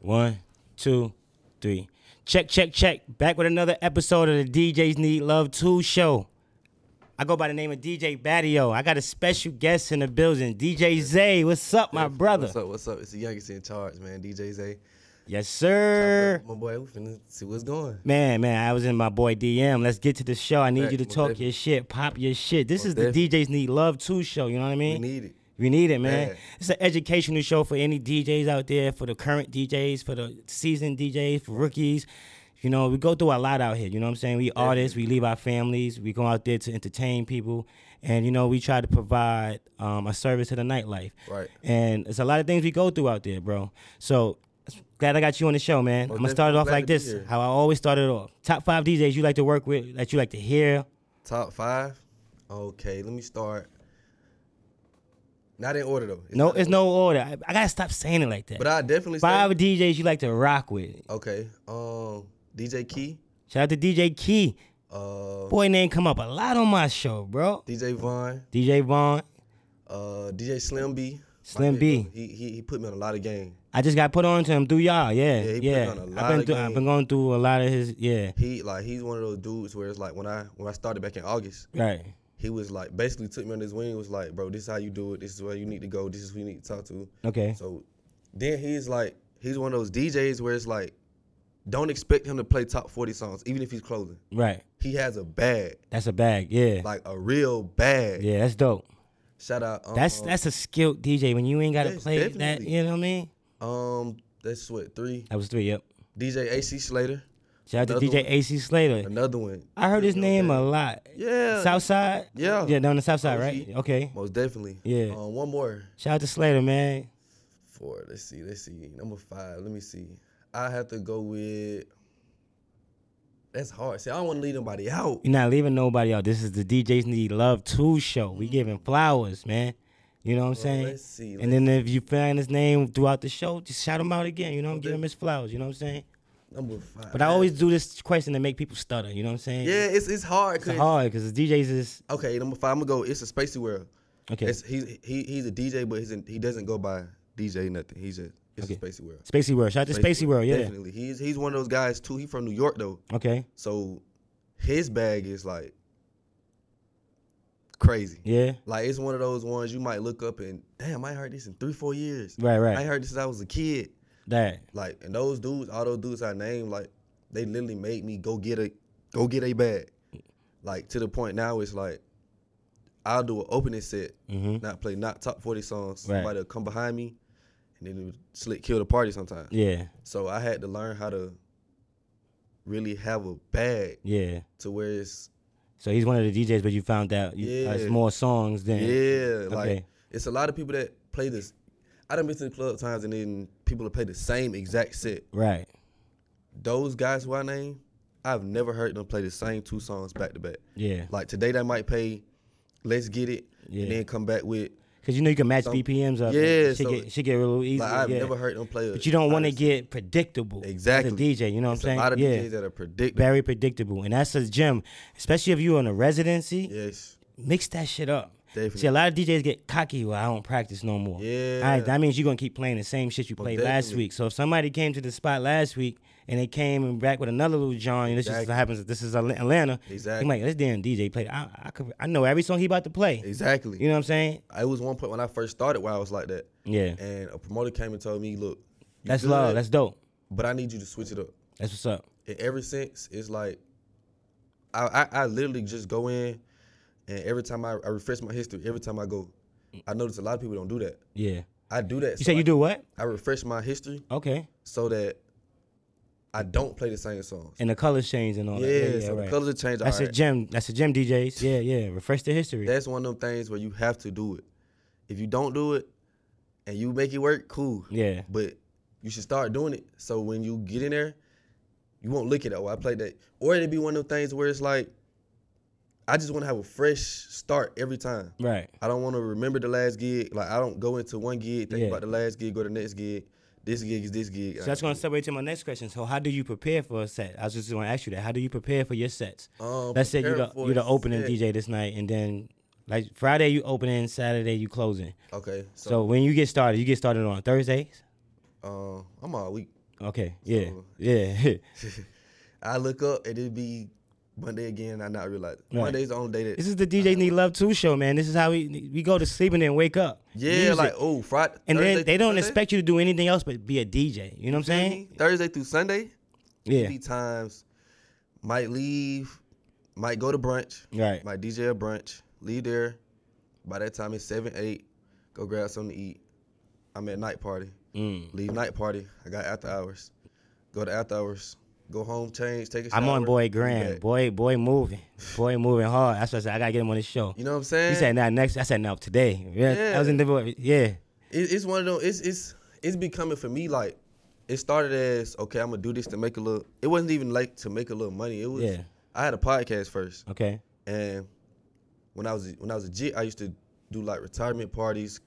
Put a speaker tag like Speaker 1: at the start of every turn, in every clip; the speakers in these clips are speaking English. Speaker 1: One, two, three. Check, check, check. Back with another episode of the DJs Need Love 2 show. I go by the name of DJ Badio. I got a special guest in the building, DJ Zay. What's up, my brother?
Speaker 2: What's up? What's up? It's the youngest in charge, man. DJ Zay.
Speaker 1: Yes, sir.
Speaker 2: My boy, we finna see what's going.
Speaker 1: Man, man, I was in my boy DM. Let's get to the show. I need
Speaker 2: Fact,
Speaker 1: you to
Speaker 2: most
Speaker 1: talk
Speaker 2: definitely.
Speaker 1: your shit, pop your shit. This
Speaker 2: Most
Speaker 1: is the DJs Need Love 2 show. You know what I
Speaker 2: We
Speaker 1: mean?
Speaker 2: need it.
Speaker 1: We need it, man.
Speaker 2: Man.
Speaker 1: It's an educational show for any DJs out there, for the current DJs, for the seasoned DJs, for rookies. You know, we go through a lot out here. You know what I'm saying? We artists, we leave our families, we go out there to entertain people, and you know, we try to provide um, a service to the nightlife.
Speaker 2: Right.
Speaker 1: And it's a lot of things we go through out there, bro. So glad I got you on the show, man.
Speaker 2: Well,
Speaker 1: I'm gonna start it
Speaker 2: definitely
Speaker 1: off
Speaker 2: glad
Speaker 1: like
Speaker 2: to be
Speaker 1: this,
Speaker 2: here.
Speaker 1: how I always started off. Top five DJs you like to work with, that you like to hear.
Speaker 2: Top five. Okay, let me start. Not in order though.
Speaker 1: No,
Speaker 2: not in
Speaker 1: it's no order. I, I gotta stop saying it like that.
Speaker 2: But I definitely say-
Speaker 1: Five DJs you like to rock with.
Speaker 2: Okay. Um, DJ Key.
Speaker 1: Shout out to DJ Key.
Speaker 2: Uh,
Speaker 1: Boy name come up a lot on my show, bro.
Speaker 2: DJ Vaughn.
Speaker 1: DJ Vaughn.
Speaker 2: Uh, DJ Slim B. My
Speaker 1: Slim
Speaker 2: big
Speaker 1: B.
Speaker 2: brother. He, he he put me on a lot of game.
Speaker 1: I just got put on to him through y'all. Yeah.
Speaker 2: Yeah, he
Speaker 1: Yeah.
Speaker 2: put on a
Speaker 1: I've
Speaker 2: lot
Speaker 1: been
Speaker 2: of
Speaker 1: through, I've
Speaker 2: game.
Speaker 1: been going through a lot of his yeah.
Speaker 2: He like he's one of those dudes where it's like when I when I started back in August,
Speaker 1: Right.
Speaker 2: he was like basically took me on his wing. and Was like, bro, this is how you do it. This is where you need to go. This is who you need to talk to.
Speaker 1: Okay.
Speaker 2: So then he's like, he's one of those DJs where it's like, don't expect him to play top 40 songs, even if he's closing.
Speaker 1: Right.
Speaker 2: He has a bag,
Speaker 1: That's a bag. Yeah.
Speaker 2: like a real bag.
Speaker 1: Yeah, that's dope.
Speaker 2: Shout out. Um,
Speaker 1: That's that's a skilled DJ when you ain't gotta
Speaker 2: Yes,
Speaker 1: play that,
Speaker 2: definitely.
Speaker 1: you know what I mean?
Speaker 2: um, that's what three.
Speaker 1: That was three, yep.
Speaker 2: DJ AC Slater,
Speaker 1: Shout out to
Speaker 2: Another
Speaker 1: DJ AC Slater.
Speaker 2: another one.
Speaker 1: I heard his
Speaker 2: Yeah,
Speaker 1: name
Speaker 2: okay.
Speaker 1: a lot.
Speaker 2: Yeah.
Speaker 1: Southside?
Speaker 2: Yeah.
Speaker 1: Yeah, down the south side,
Speaker 2: OG.
Speaker 1: right? Okay.
Speaker 2: Most definitely.
Speaker 1: Yeah.
Speaker 2: Um, one more.
Speaker 1: Shout out to Slater, man.
Speaker 2: Four. Let's see. Let's see. Number five. Let me see. I have to go with. That's hard. See, I don't want to leave nobody out.
Speaker 1: You're not leaving nobody out. This is the DJs Need Love 2 show. We giving flowers, man. You know what I'm saying?
Speaker 2: Mm-hmm. let's see,
Speaker 1: and then if you find his name throughout the show, just shout him out again. You know, I'm giving his flowers. You know what I'm saying?
Speaker 2: Number five.
Speaker 1: But I always do this question to make people stutter. You know what I'm saying?
Speaker 2: Yeah, it's it's hard.
Speaker 1: It's
Speaker 2: 'cause-
Speaker 1: hard because the DJs is
Speaker 2: okay, number five. I'm gonna go. It's a spacey world.
Speaker 1: okay.
Speaker 2: It's, he's he, he's a DJ, but he's in, he doesn't go by DJ nothing. He's a it's
Speaker 1: Okay.
Speaker 2: a spacey world.
Speaker 1: Spacey World. Shout out to Spacey World. Yeah.
Speaker 2: definitely. He's he's one of those guys too. He from New York though,
Speaker 1: Okay.
Speaker 2: so his bag is like crazy.
Speaker 1: Yeah.
Speaker 2: Like it's one of those ones you might look up and damn, I ain't heard this in three four years.
Speaker 1: Right.
Speaker 2: I ain't
Speaker 1: Right.
Speaker 2: heard this since I was a kid.
Speaker 1: That.
Speaker 2: Like and those dudes, all those dudes I named, like they literally made me go get a go get a bag. Like to the point now it's like I'll do an opening set,
Speaker 1: Mm-hmm.
Speaker 2: not play not top forty songs.
Speaker 1: Right.
Speaker 2: Somebody'll come behind me and then it would slick kill the party sometimes.
Speaker 1: Yeah.
Speaker 2: So I had to learn how to really have a bag
Speaker 1: Yeah.
Speaker 2: to where it's
Speaker 1: So he's one of the DJs, but you found out you, uh,
Speaker 2: Yeah.
Speaker 1: it's more songs than
Speaker 2: yeah, like
Speaker 1: Okay.
Speaker 2: it's a lot of people that play this I done been to the club times and then people that play the same exact set.
Speaker 1: right.
Speaker 2: Those guys who I name, I've never heard them play the same two songs back to back.
Speaker 1: Yeah.
Speaker 2: Like today they might pay Let's Get It
Speaker 1: Yeah.
Speaker 2: and then come back with
Speaker 1: Because you know you can match
Speaker 2: So-
Speaker 1: BPMs up.
Speaker 2: Yeah,
Speaker 1: Yeah, she
Speaker 2: so-
Speaker 1: get she get a little easy.
Speaker 2: like I've
Speaker 1: yeah.
Speaker 2: never heard them play a-
Speaker 1: But you don't want to
Speaker 2: honestly.
Speaker 1: get predictable. as a
Speaker 2: Exactly.
Speaker 1: DJ, you know what
Speaker 2: It's
Speaker 1: I'm saying?
Speaker 2: A lot of
Speaker 1: yeah.
Speaker 2: DJs that are predictable.
Speaker 1: Very predictable. And that's a gem, especially if you're in a residency.
Speaker 2: Yes.
Speaker 1: Mix that shit up.
Speaker 2: Definitely.
Speaker 1: See, a lot of DJs get cocky. Well, I don't practice no more.
Speaker 2: Yeah.
Speaker 1: All right, that means you're going to keep playing the same shit you played last
Speaker 2: definitely.
Speaker 1: week. So if somebody came to the spot last week and they came and back with another little John, and this just
Speaker 2: Exactly.
Speaker 1: happens, this is Atla- Atlanta.
Speaker 2: Exactly.
Speaker 1: I'm like, this damn DJ played. I, I, could, I know every song he about to play.
Speaker 2: Exactly.
Speaker 1: You know what I'm saying?
Speaker 2: It was one point when I first started where I was like that.
Speaker 1: Yeah.
Speaker 2: And a promoter came and told me, look, you
Speaker 1: That's
Speaker 2: good,
Speaker 1: love. That's dope.
Speaker 2: but I need you to switch it up.
Speaker 1: That's what's up.
Speaker 2: in every sense, it's like I, I, I literally just go in and every time I, I refresh my history, every time I go, I notice a lot of people don't do that.
Speaker 1: Yeah.
Speaker 2: I do that.
Speaker 1: You say you do what?
Speaker 2: I refresh my history
Speaker 1: Okay.
Speaker 2: so that I don't play the same songs.
Speaker 1: And the colors change and all
Speaker 2: yeah,
Speaker 1: that. Yeah, yeah,
Speaker 2: so
Speaker 1: right.
Speaker 2: the colors have changed.
Speaker 1: That's
Speaker 2: all
Speaker 1: a
Speaker 2: right.
Speaker 1: gem. That's a gem, DJs. Yeah, yeah. Refresh the history.
Speaker 2: That's one of them things where you have to do it. If you don't do it and you make it work, cool.
Speaker 1: yeah,
Speaker 2: But you should start doing it. So when you get in there, you won't look at it. Oh, I played that. Or it'd be one of those things where it's like, I just want to have a fresh start every time.
Speaker 1: right.
Speaker 2: I don't want to remember the last gig. Like I don't go into one gig, think
Speaker 1: Yeah.
Speaker 2: about the last gig, go to the next gig. This gig is this gig.
Speaker 1: So that's gonna segue to my next question. So how do you prepare for a set? I was just gonna ask you that. How do you prepare for your sets?
Speaker 2: Um,
Speaker 1: Let's say you
Speaker 2: prepare
Speaker 1: the
Speaker 2: for
Speaker 1: you the
Speaker 2: a
Speaker 1: opening
Speaker 2: set.
Speaker 1: DJ this night, and then like Friday you opening, Saturday you closing.
Speaker 2: Okay,
Speaker 1: So,
Speaker 2: so,
Speaker 1: when you get started, you get started on Thursdays.
Speaker 2: um, I'm all week.
Speaker 1: Okay. Yeah.
Speaker 2: So-
Speaker 1: Yeah.
Speaker 2: I look up and it be Monday again. I not realize it.
Speaker 1: Right.
Speaker 2: Monday's the only day that.
Speaker 1: this is the DJ Need Love Two show, man. This is how we we go to sleep and then wake up.
Speaker 2: yeah,
Speaker 1: Music.
Speaker 2: like oh Friday.
Speaker 1: and
Speaker 2: Thursday
Speaker 1: then they
Speaker 2: through
Speaker 1: don't
Speaker 2: Sunday?
Speaker 1: expect you to do anything else but be a DJ. You know what I'm saying?
Speaker 2: Thursday through Sunday.
Speaker 1: Yeah.
Speaker 2: Be times. Might leave. Might go to brunch.
Speaker 1: Right.
Speaker 2: My DJ a brunch. Leave there. By that time it's seven eight. Go grab something to eat. I'm at night party.
Speaker 1: Mm.
Speaker 2: Leave night party. I got after hours. Go to after hours. Go home, change, take a shower.
Speaker 1: I'm on boy
Speaker 2: be
Speaker 1: Graham.
Speaker 2: back.
Speaker 1: Boy, boy moving. Boy moving hard. That's what I said. I gotta get him on this show.
Speaker 2: You know what I'm saying?
Speaker 1: He said now next. I said now today. Yeah. I was
Speaker 2: Yeah.
Speaker 1: in the yeah.
Speaker 2: it, it's one of those. It's it's it's becoming for me like it started as okay. I'm gonna do this to make a little. It wasn't even like to make a little money. It was.
Speaker 1: Yeah.
Speaker 2: I had a podcast first,
Speaker 1: Okay.
Speaker 2: and when I was when I was a G, I used to do like retirement parties,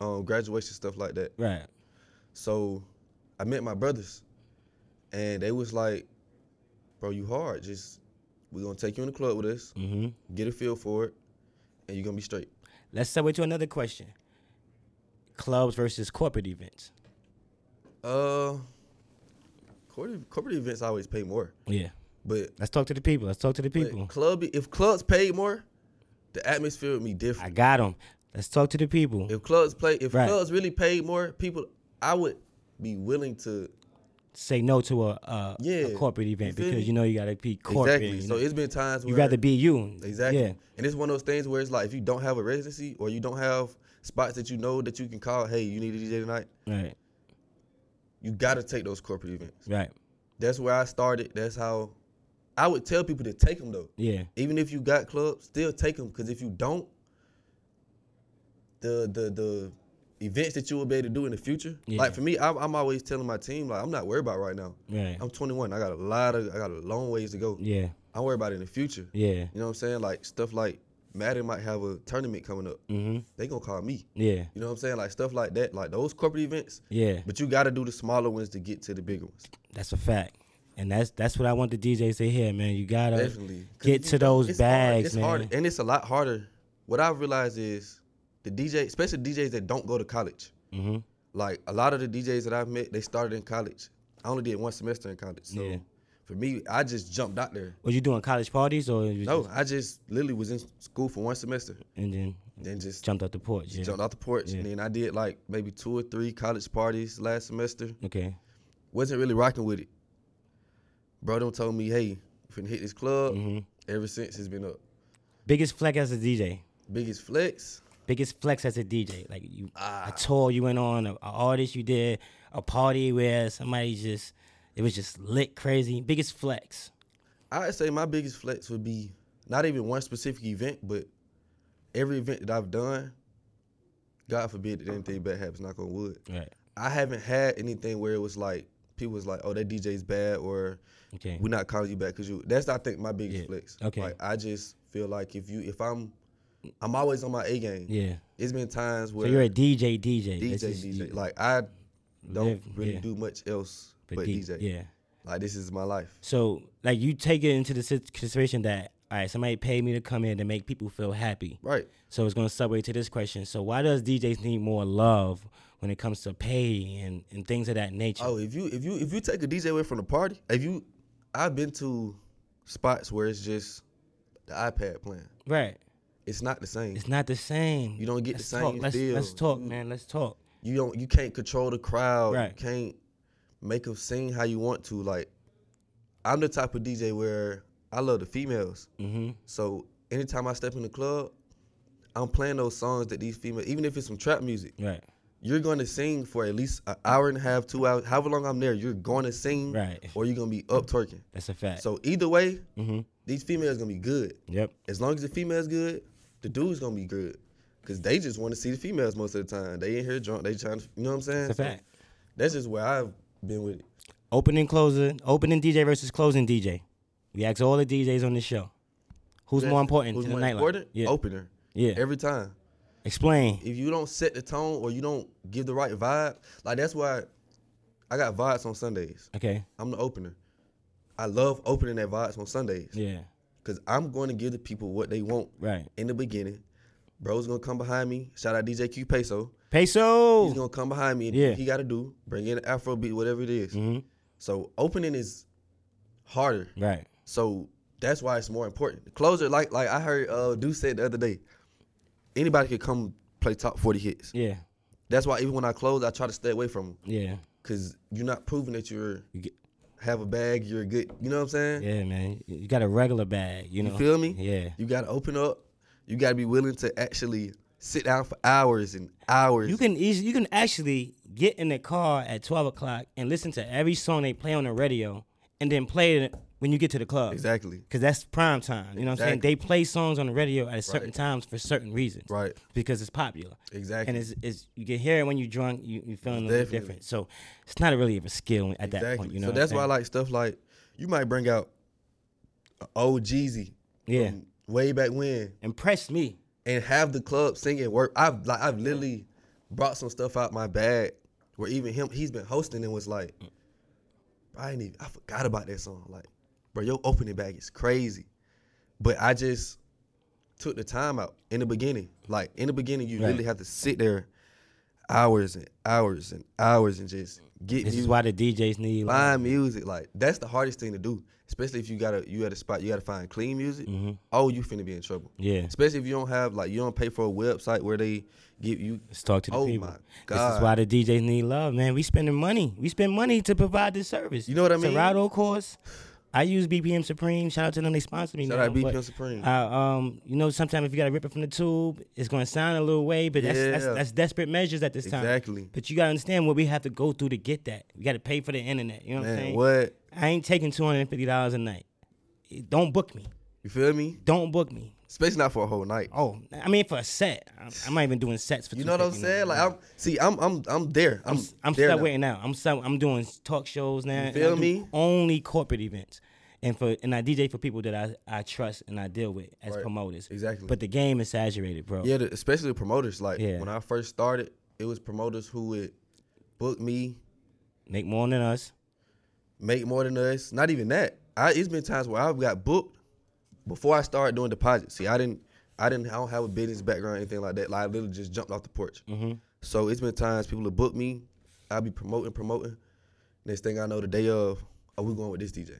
Speaker 2: um, graduation stuff like that.
Speaker 1: Right.
Speaker 2: So I met my brothers, and they was like, "Bro, you hard. Just we gonna take you in the club with us,
Speaker 1: Mm-hmm.
Speaker 2: get a feel for it, and you gonna be straight."
Speaker 1: Let's segue to another question. Clubs versus corporate events.
Speaker 2: Uh, corporate corporate events always pay more,
Speaker 1: Yeah.
Speaker 2: but
Speaker 1: Let's talk to the people. Let's talk to the
Speaker 2: But
Speaker 1: people.
Speaker 2: club, if clubs paid more, the atmosphere would be
Speaker 1: I
Speaker 2: different.
Speaker 1: got them. Let's talk to the people.
Speaker 2: If clubs play, if
Speaker 1: Right.
Speaker 2: clubs really paid more, people, I would be willing to
Speaker 1: Say no to a, a, a
Speaker 2: Yeah,
Speaker 1: corporate
Speaker 2: you
Speaker 1: event
Speaker 2: feel
Speaker 1: because
Speaker 2: me?
Speaker 1: you know you gotta be corporate.
Speaker 2: exactly.
Speaker 1: you
Speaker 2: So
Speaker 1: know?
Speaker 2: it's been times where
Speaker 1: you rather be you.
Speaker 2: exactly,
Speaker 1: Yeah.
Speaker 2: and it's one of those things where it's like if you don't have a residency or you don't have spots that you know that you can call, hey, you need a DJ tonight.
Speaker 1: Right.
Speaker 2: You got to take those corporate events.
Speaker 1: Right.
Speaker 2: That's where I started. That's how I would tell people to take them though.
Speaker 1: Yeah.
Speaker 2: even if you got clubs, still take them because if you don't, the the the events that you will be able to do in the future,
Speaker 1: Yeah.
Speaker 2: like for me, I'm, I'm always telling my team like I'm not worried about right now.
Speaker 1: Right.
Speaker 2: I'm 21. I got a lot of I got a long ways to go.
Speaker 1: Yeah.
Speaker 2: I worry about it in the future.
Speaker 1: Yeah.
Speaker 2: You know what I'm saying? Like stuff like Madden might have a tournament coming up.
Speaker 1: Mm-hmm.
Speaker 2: They gonna call me.
Speaker 1: Yeah.
Speaker 2: You know what I'm saying? Like stuff like that, like those corporate events.
Speaker 1: Yeah.
Speaker 2: But you got to do the smaller ones to get to the bigger ones.
Speaker 1: That's a fact. And that's that's what I want the DJs to hear, man. You gotta
Speaker 2: Definitely. 'Cause
Speaker 1: get
Speaker 2: you
Speaker 1: to
Speaker 2: don't-
Speaker 1: those
Speaker 2: it's Hard.
Speaker 1: bags,
Speaker 2: It's
Speaker 1: man.
Speaker 2: hard, and it's a lot harder. What I've realized is the DJ, especially DJs that don't go to college.
Speaker 1: Mm-hmm.
Speaker 2: Like a lot of the DJs that I've met, they started in college. I only did one semester in college, so
Speaker 1: Yeah.
Speaker 2: for me, I just jumped out there.
Speaker 1: Was you doing college parties or you
Speaker 2: No,
Speaker 1: just-
Speaker 2: I just literally was in school for one semester,
Speaker 1: and then
Speaker 2: then just
Speaker 1: jumped out the porch? Yeah.
Speaker 2: jumped out the porch, and
Speaker 1: Yeah.
Speaker 2: then I did like maybe two or three college parties last semester.
Speaker 1: Okay.
Speaker 2: Wasn't really rocking with it. Bro, don't told me, hey, you finna hit this club.
Speaker 1: Mhm.
Speaker 2: Ever since it's been up.
Speaker 1: Biggest flex as a DJ.
Speaker 2: Biggest flex.
Speaker 1: Biggest flex as a DJ. Like you,
Speaker 2: Ah.
Speaker 1: a tour you went on, a, a artist you did, a party where somebody just it was just lit crazy. Biggest flex.
Speaker 2: I'd say my biggest flex would be not even one specific event, but every event that I've done. God forbid that anything bad happens, knock on wood.
Speaker 1: Right.
Speaker 2: I haven't had anything where it was like people was like, "Oh, that DJ's bad," or
Speaker 1: Okay.
Speaker 2: "We're not calling you back because you." That's I think my biggest
Speaker 1: Yeah.
Speaker 2: flex.
Speaker 1: Okay.
Speaker 2: Like I just feel like if you if I'm I'm always on my A game.
Speaker 1: yeah.
Speaker 2: It's been times
Speaker 1: So
Speaker 2: where
Speaker 1: you're a DJ DJ.
Speaker 2: DJ
Speaker 1: This is-
Speaker 2: DJ like I don't
Speaker 1: Live-
Speaker 2: really
Speaker 1: yeah.
Speaker 2: do much else but,
Speaker 1: D-
Speaker 2: DJ.
Speaker 1: Yeah.
Speaker 2: Like this is my life.
Speaker 1: So like you take it into the sit- consideration that all right, somebody paid me to come in to make people feel happy.
Speaker 2: Right.
Speaker 1: So it's gonna segue to this question. So why does DJs need more love when it comes to pay and, and things of that nature?
Speaker 2: Oh, if you if you if you take a DJ away from the party, if you I've been to spots where it's just the iPad playing.
Speaker 1: Right.
Speaker 2: It's not the same.
Speaker 1: It's not the same.
Speaker 2: You don't get the
Speaker 1: Let's
Speaker 2: same Mm.
Speaker 1: Talk. Let's,
Speaker 2: feel.
Speaker 1: let's talk, man. Let's talk.
Speaker 2: You don't you can't control the crowd.
Speaker 1: Right.
Speaker 2: You can't make them sing how you want to. Like I'm the type of DJ where I love the females.
Speaker 1: Mm-hmm.
Speaker 2: So anytime I step in the club, I'm playing those songs that these females, even if it's some trap music,
Speaker 1: Right.
Speaker 2: you're gonna sing for at least an hour and a half, two hours, however long I'm there, you're gonna sing,
Speaker 1: Right.
Speaker 2: or you're gonna be up twerking.
Speaker 1: That's a fact.
Speaker 2: So either way,
Speaker 1: mm-hmm.
Speaker 2: these females gonna be good.
Speaker 1: Yep.
Speaker 2: As long as the females good, the dude's gonna be good. Cause they just want to see the females most of the time. They in here drunk. They trying to, you know what I'm saying?
Speaker 1: That's a fact.
Speaker 2: That's just where I've been with it.
Speaker 1: Opening closer. Opening DJ versus closing DJ. We ask all the DJs on this show. Who's more important
Speaker 2: Who's
Speaker 1: to
Speaker 2: more
Speaker 1: the nightlife?
Speaker 2: important?
Speaker 1: Yeah.
Speaker 2: Opener.
Speaker 1: yeah.
Speaker 2: Every time.
Speaker 1: Explain.
Speaker 2: If you don't set the tone or you don't give the right vibe, like that's why I got vibes on Sundays.
Speaker 1: Okay.
Speaker 2: I'm the opener. I love opening that vibes on Sundays.
Speaker 1: Yeah.
Speaker 2: Cause I'm going to give the people what they want
Speaker 1: Right.
Speaker 2: in the beginning. Bro's gonna come behind me. Shout out DJ Q Peso.
Speaker 1: Peso.
Speaker 2: He's gonna come behind me. And
Speaker 1: Yeah.
Speaker 2: He got to do bring in the Afro beat, whatever it is.
Speaker 1: Mhm.
Speaker 2: So opening is harder.
Speaker 1: Right.
Speaker 2: So that's why it's more important. The closer, like like I heard uh Deuce said the other day, anybody could come play top forty hits.
Speaker 1: Yeah.
Speaker 2: That's why even when I close, I try to stay away from them
Speaker 1: Yeah.
Speaker 2: because you're not proving that you're
Speaker 1: You get-
Speaker 2: have a bag. You're good. You know what I'm saying?
Speaker 1: Yeah, man. You got a regular bag. You know.
Speaker 2: You feel me?
Speaker 1: Yeah.
Speaker 2: You gotta open up. You gotta be willing to actually sit down for hours and hours.
Speaker 1: You can easily, you can actually get in the car at twelve o'clock and listen to every song they play on the radio, and then play it when you get to the club.
Speaker 2: exactly
Speaker 1: Cause that's prime time. You know what I'm saying?
Speaker 2: Exactly.
Speaker 1: They play songs on the radio at certain
Speaker 2: Right.
Speaker 1: times for certain reasons.
Speaker 2: right.
Speaker 1: Because it's popular.
Speaker 2: Exactly.
Speaker 1: And it's, it's you can hear it when you're drunk, you you feeling a little
Speaker 2: Definitely.
Speaker 1: different. So it's not really even a skill at that point. You know.
Speaker 2: so
Speaker 1: what I'm
Speaker 2: that's why I
Speaker 1: saying?
Speaker 2: like stuff like you might bring out a old Jeezy
Speaker 1: Yeah.
Speaker 2: from way back when
Speaker 1: Impressed me.
Speaker 2: and have the club singing work. I've like I've literally brought some stuff out my bag where even him he's been hosting and was like, I didn't even I forgot about that song. Like, bro, your opening bag is crazy. But I just took the time out in the beginning. Like in the beginning, you
Speaker 1: Right.
Speaker 2: really have to sit there hours and hours and hours and just get
Speaker 1: This
Speaker 2: music
Speaker 1: is why the DJs need like,
Speaker 2: find music. Like that's the hardest thing to do, especially if you got to you at a spot. You got to find clean music.
Speaker 1: Mm-hmm.
Speaker 2: Oh, you finna be in trouble.
Speaker 1: Yeah.
Speaker 2: Especially if you don't have like you don't pay for a website where they give you.
Speaker 1: Let's talk to the
Speaker 2: Oh
Speaker 1: people.
Speaker 2: my
Speaker 1: This
Speaker 2: God.
Speaker 1: is why the DJs need love, man. We spending money. We spend money to provide this service.
Speaker 2: You know what I mean?
Speaker 1: Serato course. I use BPM Supreme. Shout out to them. They sponsor me.
Speaker 2: Shout
Speaker 1: now,
Speaker 2: out
Speaker 1: but,
Speaker 2: BPM Supreme.
Speaker 1: uh, um, you know, sometimes if you got to rip it from the tube, it's going to sound a little way, but that's,
Speaker 2: Yeah.
Speaker 1: that's, that's desperate measures at this time.
Speaker 2: Exactly.
Speaker 1: But you got to understand what we have to go through to get that. We got to pay for the internet. You know what I'm
Speaker 2: Man,
Speaker 1: saying?
Speaker 2: what
Speaker 1: I ain't taking two hundred and fifty dollars a night. Don't book me.
Speaker 2: you feel me?
Speaker 1: Don't book me.
Speaker 2: Especially not for a whole night.
Speaker 1: Oh, I mean for a set. I'm, I'm not even doing sets for.
Speaker 2: You know what I'm
Speaker 1: $250
Speaker 2: saying?
Speaker 1: now.
Speaker 2: Like I'm see, I'm I'm I'm there. I'm
Speaker 1: I'm
Speaker 2: there now.
Speaker 1: separating now. I'm sub, I'm doing talk shows now. and I
Speaker 2: feel
Speaker 1: do
Speaker 2: me?
Speaker 1: Only corporate events, and for and I DJ for people that I, I trust and I deal with as
Speaker 2: Right.
Speaker 1: promoters.
Speaker 2: Exactly.
Speaker 1: But the game is saturated, bro.
Speaker 2: Yeah, the, especially the promoters. Like
Speaker 1: Yeah.
Speaker 2: when I first started, it was promoters who would book me,
Speaker 1: Make more than us.
Speaker 2: make more than us. Not even that. I it's been times where I've got booked before I started doing deposits. See, I didn't, I didn't, I don't have a business background or anything like that. Like I literally just jumped off the porch.
Speaker 1: Mm-hmm.
Speaker 2: So it's been times people have booked me. I'll be promoting, promoting. Next thing I know, the day of, are we going with this DJ?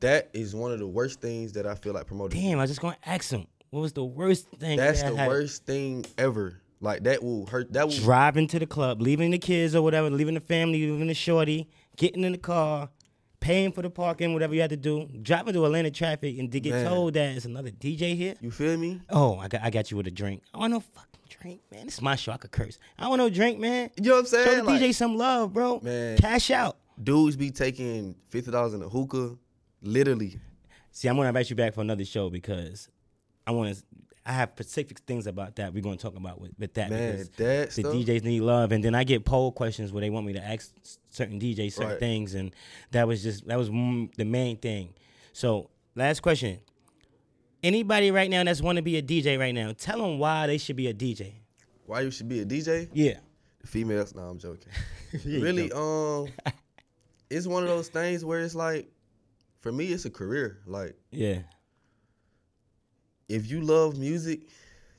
Speaker 2: That is one of the worst things that I feel like promoting.
Speaker 1: Damn, I was just gonna ask him. What was the worst thing?
Speaker 2: That's
Speaker 1: that I
Speaker 2: the
Speaker 1: had?
Speaker 2: worst thing ever. Like that will hurt. That will
Speaker 1: Driving to the club, leaving the kids or whatever, leaving the family, leaving the shorty, getting in the car, paying for the parking, whatever you had to do, driving to Atlanta traffic, and to get
Speaker 2: Man.
Speaker 1: told that it's another DJ here.
Speaker 2: you feel me?
Speaker 1: Oh, I got, I got you with a drink. I want no fucking drink, man. This is my show. I could curse. I want no drink, man.
Speaker 2: You know what I'm
Speaker 1: Show
Speaker 2: saying?
Speaker 1: the
Speaker 2: Like,
Speaker 1: DJ some love, bro.
Speaker 2: Man.
Speaker 1: Cash out.
Speaker 2: dudes be taking fifty dollars in a hookah, literally.
Speaker 1: See, I'm gonna invite you back for another show because I want to. I have specific things about that we're gonna talk about with, with that.
Speaker 2: Man,
Speaker 1: because
Speaker 2: that
Speaker 1: the
Speaker 2: stuff-
Speaker 1: DJs need love, and then I get poll questions where they want me to ask s- certain DJs certain
Speaker 2: Right.
Speaker 1: things, and that was just that was mm, the main thing. So, last question: Anybody right now that's want to be a DJ right now, tell them why they should be a DJ.
Speaker 2: Why you should be a DJ?
Speaker 1: Yeah.
Speaker 2: females. No, I'm joking.
Speaker 1: you
Speaker 2: really, um, it's one of those things where it's like, for me, it's a career. Like,
Speaker 1: Yeah.
Speaker 2: if you love music,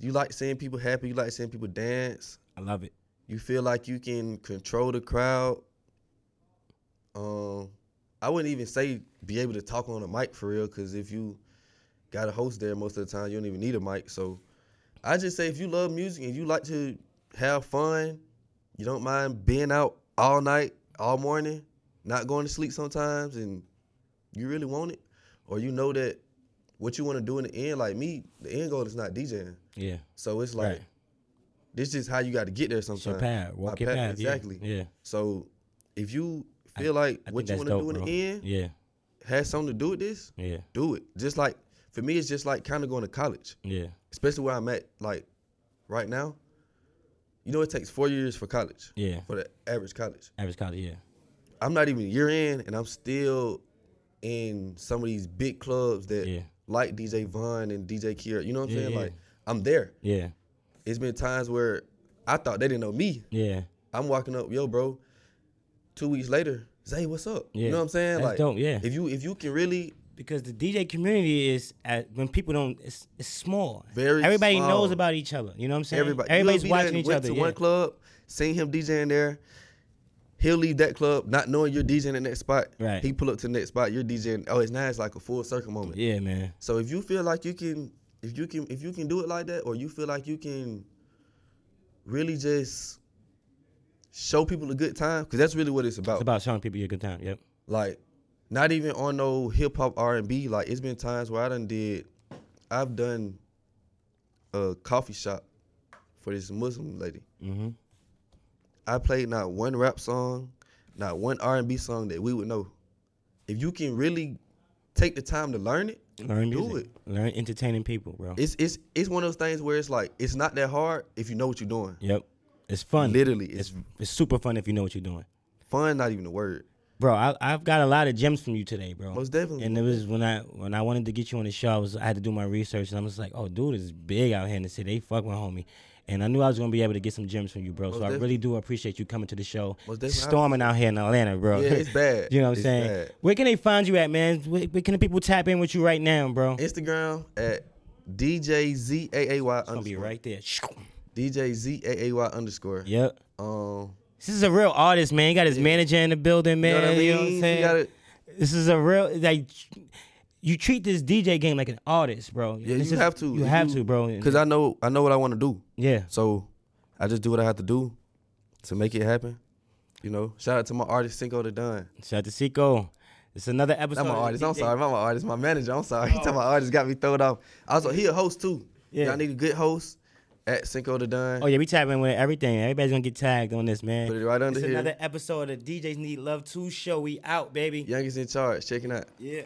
Speaker 2: you like seeing people happy, you like seeing people dance,
Speaker 1: I love it.
Speaker 2: you feel like you can control the crowd. Um, I wouldn't even say be able to talk on a mic for real, because if you got a host there most of the time, you don't even need a mic. So I just say if you love music and you like to have fun, you don't mind being out all night, all morning, not going to sleep sometimes, and you really want it, or you know that what you want to do in the end, like me, the end goal is not DJing.
Speaker 1: Yeah.
Speaker 2: So it's like
Speaker 1: Right.
Speaker 2: this is how you got to get there sometimes.
Speaker 1: It's your path.
Speaker 2: My
Speaker 1: Walk your
Speaker 2: path,
Speaker 1: path. yeah.
Speaker 2: Exactly.
Speaker 1: Yeah.
Speaker 2: So if you feel like
Speaker 1: I
Speaker 2: what you
Speaker 1: think
Speaker 2: want
Speaker 1: that's dope,
Speaker 2: to do in
Speaker 1: bro.
Speaker 2: the end
Speaker 1: Yeah.
Speaker 2: has something to do with this,
Speaker 1: Yeah.
Speaker 2: do it. Just like for me, it's just like kind of going to college,
Speaker 1: Yeah.
Speaker 2: especially where I'm at. Like right now, you know, it takes four years for college,
Speaker 1: Yeah.
Speaker 2: for the average college.
Speaker 1: Average college. Yeah.
Speaker 2: I'm not even a year in, and I'm still in some of these big clubs that
Speaker 1: Yeah.
Speaker 2: like DJ Von and DJ Kier. You know what I'm
Speaker 1: Yeah,
Speaker 2: saying?
Speaker 1: yeah.
Speaker 2: Like I'm there.
Speaker 1: Yeah.
Speaker 2: It's been times where I thought they didn't know me.
Speaker 1: Yeah.
Speaker 2: I'm walking up, yo, bro. Two weeks later, Zay, what's up? You
Speaker 1: Yeah.
Speaker 2: know what I'm saying?
Speaker 1: That's
Speaker 2: like,
Speaker 1: dope, yeah.
Speaker 2: If you if you can really,
Speaker 1: Because the DJ community is at, when people don't, it's, it's small.
Speaker 2: Very
Speaker 1: Everybody
Speaker 2: small.
Speaker 1: knows about each other. You know what I'm saying?
Speaker 2: everybody,
Speaker 1: Everybody's
Speaker 2: you know, we done
Speaker 1: watching each
Speaker 2: went
Speaker 1: other.
Speaker 2: to
Speaker 1: yeah.
Speaker 2: one club, seen him DJing there. He'll leave that club not knowing you're DJing the next spot.
Speaker 1: Right.
Speaker 2: He pull up to the next spot. You're DJing. Oh, it's now it's like a full circle moment.
Speaker 1: Yeah, man.
Speaker 2: So if you feel like you can, if you can, if you can do it like that, or you feel like you can really just show people a good time, because that's really what it's about.
Speaker 1: It's about showing people you a good time. Yep.
Speaker 2: Like, not even on no hip hop R and B. Like it's been times where I done did, I've done a coffee shop for this Muslim lady.
Speaker 1: Mm-hmm.
Speaker 2: I played not one rap song, not one R and B song that we would know. If you can really take the time to learn it,
Speaker 1: Learn
Speaker 2: do
Speaker 1: music.
Speaker 2: it.
Speaker 1: Learn entertaining people, bro.
Speaker 2: It's it's it's one of those things where it's like it's not that hard if you know what you're doing.
Speaker 1: yep. It's fun.
Speaker 2: Literally,
Speaker 1: It's
Speaker 2: it's
Speaker 1: it's super fun if you know what you're doing.
Speaker 2: fun. Not even a word.
Speaker 1: Bro, I, I've got a lot of gems from you today, bro.
Speaker 2: Most definitely.
Speaker 1: And it was when I when I wanted to get you on the show, I was I had to do my research, and I'm just like, oh, dude is big out here in the city. They fuck with homie, and I knew I was gonna be able to get some gems from you, bro. so I
Speaker 2: definitely.
Speaker 1: really do appreciate you coming to the show,
Speaker 2: Most definitely. I
Speaker 1: storming out here in Atlanta, bro.
Speaker 2: Yeah, it's bad.
Speaker 1: you know what I'm
Speaker 2: It's
Speaker 1: saying?
Speaker 2: bad.
Speaker 1: Where can they find you at, man? Where, where can the people tap in with you right now, bro? It's
Speaker 2: Instagram at DJZAAY
Speaker 1: gonna be
Speaker 2: underscore.
Speaker 1: right there.
Speaker 2: DJZAAY underscore.
Speaker 1: Yep.
Speaker 2: Um,
Speaker 1: This is a real artist, man. He got his manager in the building,
Speaker 2: you
Speaker 1: man.
Speaker 2: know what I mean?
Speaker 1: am
Speaker 2: You
Speaker 1: saying?
Speaker 2: gotta-
Speaker 1: This is a real like you treat this DJ game like an artist, bro.
Speaker 2: yeah,
Speaker 1: This
Speaker 2: you
Speaker 1: is-
Speaker 2: have to.
Speaker 1: You have to, bro.
Speaker 2: Because I know I know what I want to do.
Speaker 1: yeah,
Speaker 2: So I just do what I have to do to make it happen. You know, shout out to my artist Cinco the Don.
Speaker 1: shout out to Seiko. It's another episode.
Speaker 2: Not my
Speaker 1: of the
Speaker 2: artist. I'm
Speaker 1: DJ
Speaker 2: sorry. Not my artist. My manager. I'm sorry. He told my artist got me thrown off. Also, he a host too.
Speaker 1: Yeah.
Speaker 2: Oh. Yeah. Y'all need a good host at Cinco the Don.
Speaker 1: Oh yeah, we tap in with everything. Everybody's gonna get tagged on this, man.
Speaker 2: Put it right under
Speaker 1: it's
Speaker 2: here.
Speaker 1: another episode of DJs Need Love 2 show. We out, baby.
Speaker 2: Youngest in charge. Checking out.
Speaker 1: yeah.